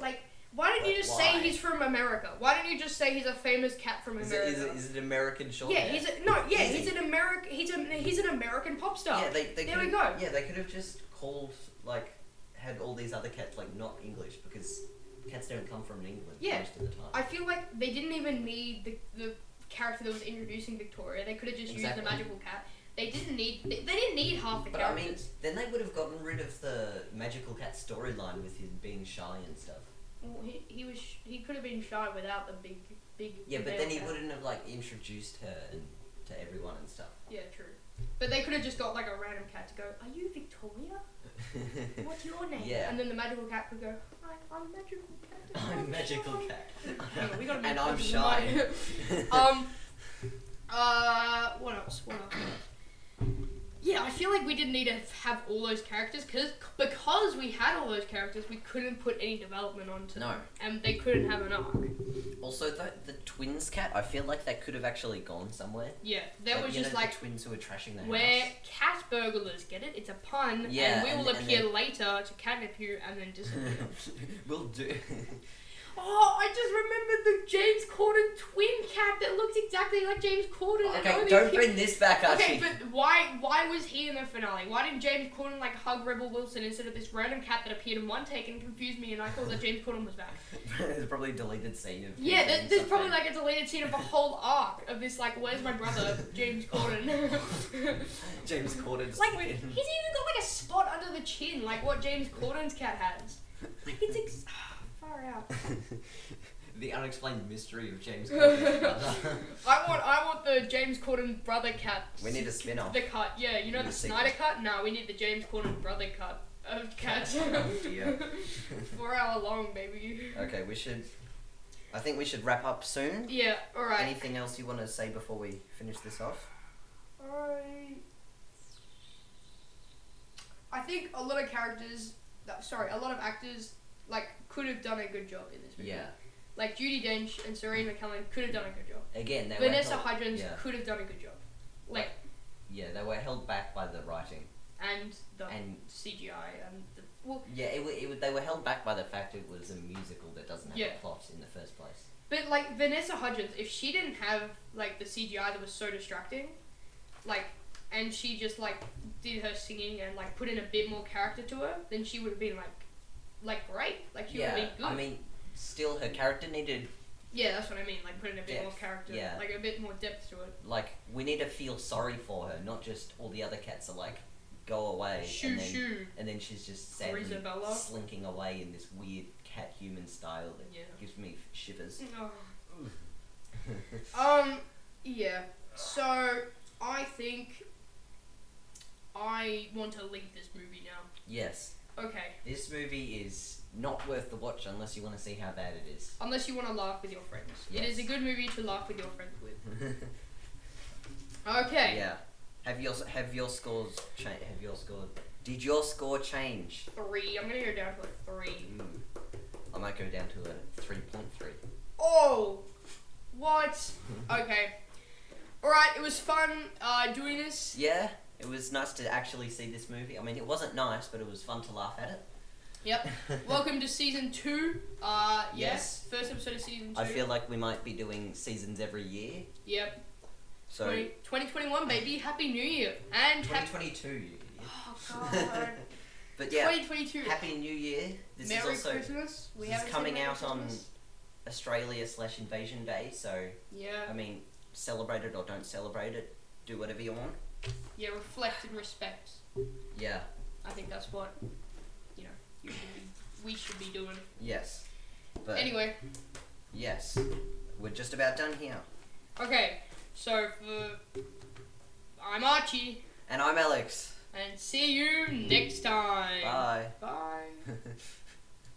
Speaker 1: Like why don't you just say
Speaker 2: Why?
Speaker 1: he's from America? Why don't you just say he's a famous cat from
Speaker 2: Is
Speaker 1: America?
Speaker 2: it, is, it, is it American short?
Speaker 1: yeah,
Speaker 2: hair?
Speaker 1: he's a, no, yeah,
Speaker 2: Is he?
Speaker 1: he's an American. He's a he's an American pop star.
Speaker 2: yeah. They, they
Speaker 1: There
Speaker 2: could,
Speaker 1: we go.
Speaker 2: Yeah, they could have just called like had all these other cats like not English because cats don't come from England
Speaker 1: Yeah.
Speaker 2: most of the time.
Speaker 1: I feel like they didn't even need the, the character that was introducing Victoria. They could have just
Speaker 2: Exactly.
Speaker 1: used the magical cat. They didn't need. They, they didn't need half the
Speaker 2: but I mean,
Speaker 1: characters.
Speaker 2: then they would have gotten rid of the magical cat storyline with him being shy and stuff.
Speaker 1: well, he, he was sh- he could have been shy without the big big.
Speaker 2: Yeah, but
Speaker 1: male
Speaker 2: then he
Speaker 1: cat.
Speaker 2: wouldn't have like introduced her and to everyone and stuff.
Speaker 1: Yeah, true. But they could have just got like a random cat to go. Are you Victoria? What's your name?
Speaker 2: Yeah.
Speaker 1: And then the magical cat could go. Hi, I'm magical cat.
Speaker 2: I'm magical
Speaker 1: shy."
Speaker 2: cat.
Speaker 1: Hang on, we gotta make
Speaker 2: and I'm
Speaker 1: something
Speaker 2: shy.
Speaker 1: about it. um. Uh. What else? What else? Yeah, I feel like we didn't need to have all those characters because because we had all those characters, we couldn't put any development onto
Speaker 2: no.
Speaker 1: them, and they couldn't have an arc.
Speaker 2: Also, the, the twins cat, I feel like that could have actually gone somewhere.
Speaker 1: Yeah, that
Speaker 2: Like,
Speaker 1: was
Speaker 2: you
Speaker 1: just
Speaker 2: know, the
Speaker 1: like
Speaker 2: twins who are trashing the
Speaker 1: we're
Speaker 2: house.
Speaker 1: cat burglars. Get it? It's a pun,
Speaker 2: Yeah,
Speaker 1: and we
Speaker 2: and-
Speaker 1: will
Speaker 2: and
Speaker 1: appear
Speaker 2: then-
Speaker 1: later to catnip you and then disappear.
Speaker 2: we'll do.
Speaker 1: oh, I just remembered the James Corden twin cat that looked exactly like James Corden. and
Speaker 2: okay,
Speaker 1: only
Speaker 2: don't
Speaker 1: appeared-
Speaker 2: bring this back, Archie.
Speaker 1: Okay, but why why was he in the finale? Why didn't James Corden like hug Rebel Wilson instead of this random cat that appeared in one take and confused me and I thought that James Corden was back?
Speaker 2: there's probably a deleted scene of. him
Speaker 1: Yeah,
Speaker 2: doing
Speaker 1: there, there's probably
Speaker 2: something.
Speaker 1: like a deleted scene of a whole arc of this like, where's my brother, James Corden?
Speaker 2: James Corden's.
Speaker 1: like he's even got like a spot under the chin, like what James Corden's cat has. Like it's ex- far out.
Speaker 2: the unexplained mystery of James Corden's brother.
Speaker 1: I want I want the James Corden brother cat.
Speaker 2: we need a spin off.
Speaker 1: the cut. Yeah, you know
Speaker 2: The
Speaker 1: the
Speaker 2: sequel.
Speaker 1: Snyder cut. No, we need the James Corden brother cut of cats.
Speaker 2: Oh, dear.
Speaker 1: Four hour long, baby.
Speaker 2: okay, we should. I think we should wrap up soon.
Speaker 1: Yeah, alright.
Speaker 2: Anything else you want to say before we finish this off?
Speaker 1: I... I think a lot of characters, that- sorry, a lot of actors, like, could have done a good job in this movie.
Speaker 2: Yeah.
Speaker 1: Like, Judy Dench and Serena McKellen could have done a good job.
Speaker 2: Again, they
Speaker 1: Vanessa
Speaker 2: were held,
Speaker 1: Hudgens
Speaker 2: yeah.
Speaker 1: could have done a good job. Like,
Speaker 2: yeah, they were held back by the writing
Speaker 1: and the
Speaker 2: and
Speaker 1: CGI and the Well,
Speaker 2: Yeah, it, wa- it, wa- they were held back by the fact it was a musical that doesn't have
Speaker 1: Yeah.
Speaker 2: a plot in the first place.
Speaker 1: but like Vanessa Hudgens, if she didn't have like the CGI that was so distracting, like, and she just like did her singing and like put in a bit more character to her, then she would have been like, like great, like she would
Speaker 2: yeah,
Speaker 1: have been good.
Speaker 2: I mean, still her character needed
Speaker 1: yeah, that's what I mean. Like put in a bit more
Speaker 2: Depth,
Speaker 1: character,
Speaker 2: yeah.
Speaker 1: like a bit more depth to it.
Speaker 2: like we need to feel sorry for her, not just all the other cats are like go away
Speaker 1: Shoo
Speaker 2: and then
Speaker 1: shoo.
Speaker 2: and then she's just sadly
Speaker 1: Grisabella.
Speaker 2: slinking away in this weird cat human style that
Speaker 1: Yeah.
Speaker 2: gives me shivers.
Speaker 1: Oh. Um, yeah. So I think I want to leave this movie now.
Speaker 2: yes,
Speaker 1: Okay,
Speaker 2: this movie is not worth the watch unless you want to see how bad it is.
Speaker 1: unless you want to laugh with your friends, it
Speaker 2: Yes.
Speaker 1: is a good movie to laugh with your friends with. Okay.
Speaker 2: Yeah. Have your have your scores cha- Have your score? Did your score change?
Speaker 1: Three. I'm gonna go down to a three.
Speaker 2: Mm. I might go down to a three point three.
Speaker 1: Oh, what? okay. All right. It was fun uh, doing this.
Speaker 2: Yeah, it was nice to actually see this movie. I mean, it wasn't nice, but it was fun to laugh at
Speaker 1: Yep.
Speaker 2: it.
Speaker 1: Welcome to season two. Uh, yes.
Speaker 2: Yes.
Speaker 1: First episode of season two.
Speaker 2: I feel like we might be doing seasons every year.
Speaker 1: Yep.
Speaker 2: So
Speaker 1: 20 2021, baby. Happy New Year and happy.
Speaker 2: 2022.
Speaker 1: Oh God.
Speaker 2: but yeah,
Speaker 1: 2022.
Speaker 2: Happy New Year. This
Speaker 1: Merry
Speaker 2: is also
Speaker 1: Christmas. We
Speaker 2: this is
Speaker 1: haven't said
Speaker 2: coming
Speaker 1: Merry
Speaker 2: out on-
Speaker 1: Christmas.
Speaker 2: Australia slash Invasion Day. So I
Speaker 1: Yeah.
Speaker 2: mean, celebrate it or don't celebrate it. Do whatever you want.
Speaker 1: Yeah. Reflect and respect.
Speaker 2: Yeah.
Speaker 1: I think that's what you know. You should be, we should be doing.
Speaker 2: Yes. But
Speaker 1: Anyway.
Speaker 2: yes, we're just about done here.
Speaker 1: Okay. So for I'm Archie,
Speaker 2: And I'm Alex.
Speaker 1: and see you next time.
Speaker 2: Bye.
Speaker 1: Bye.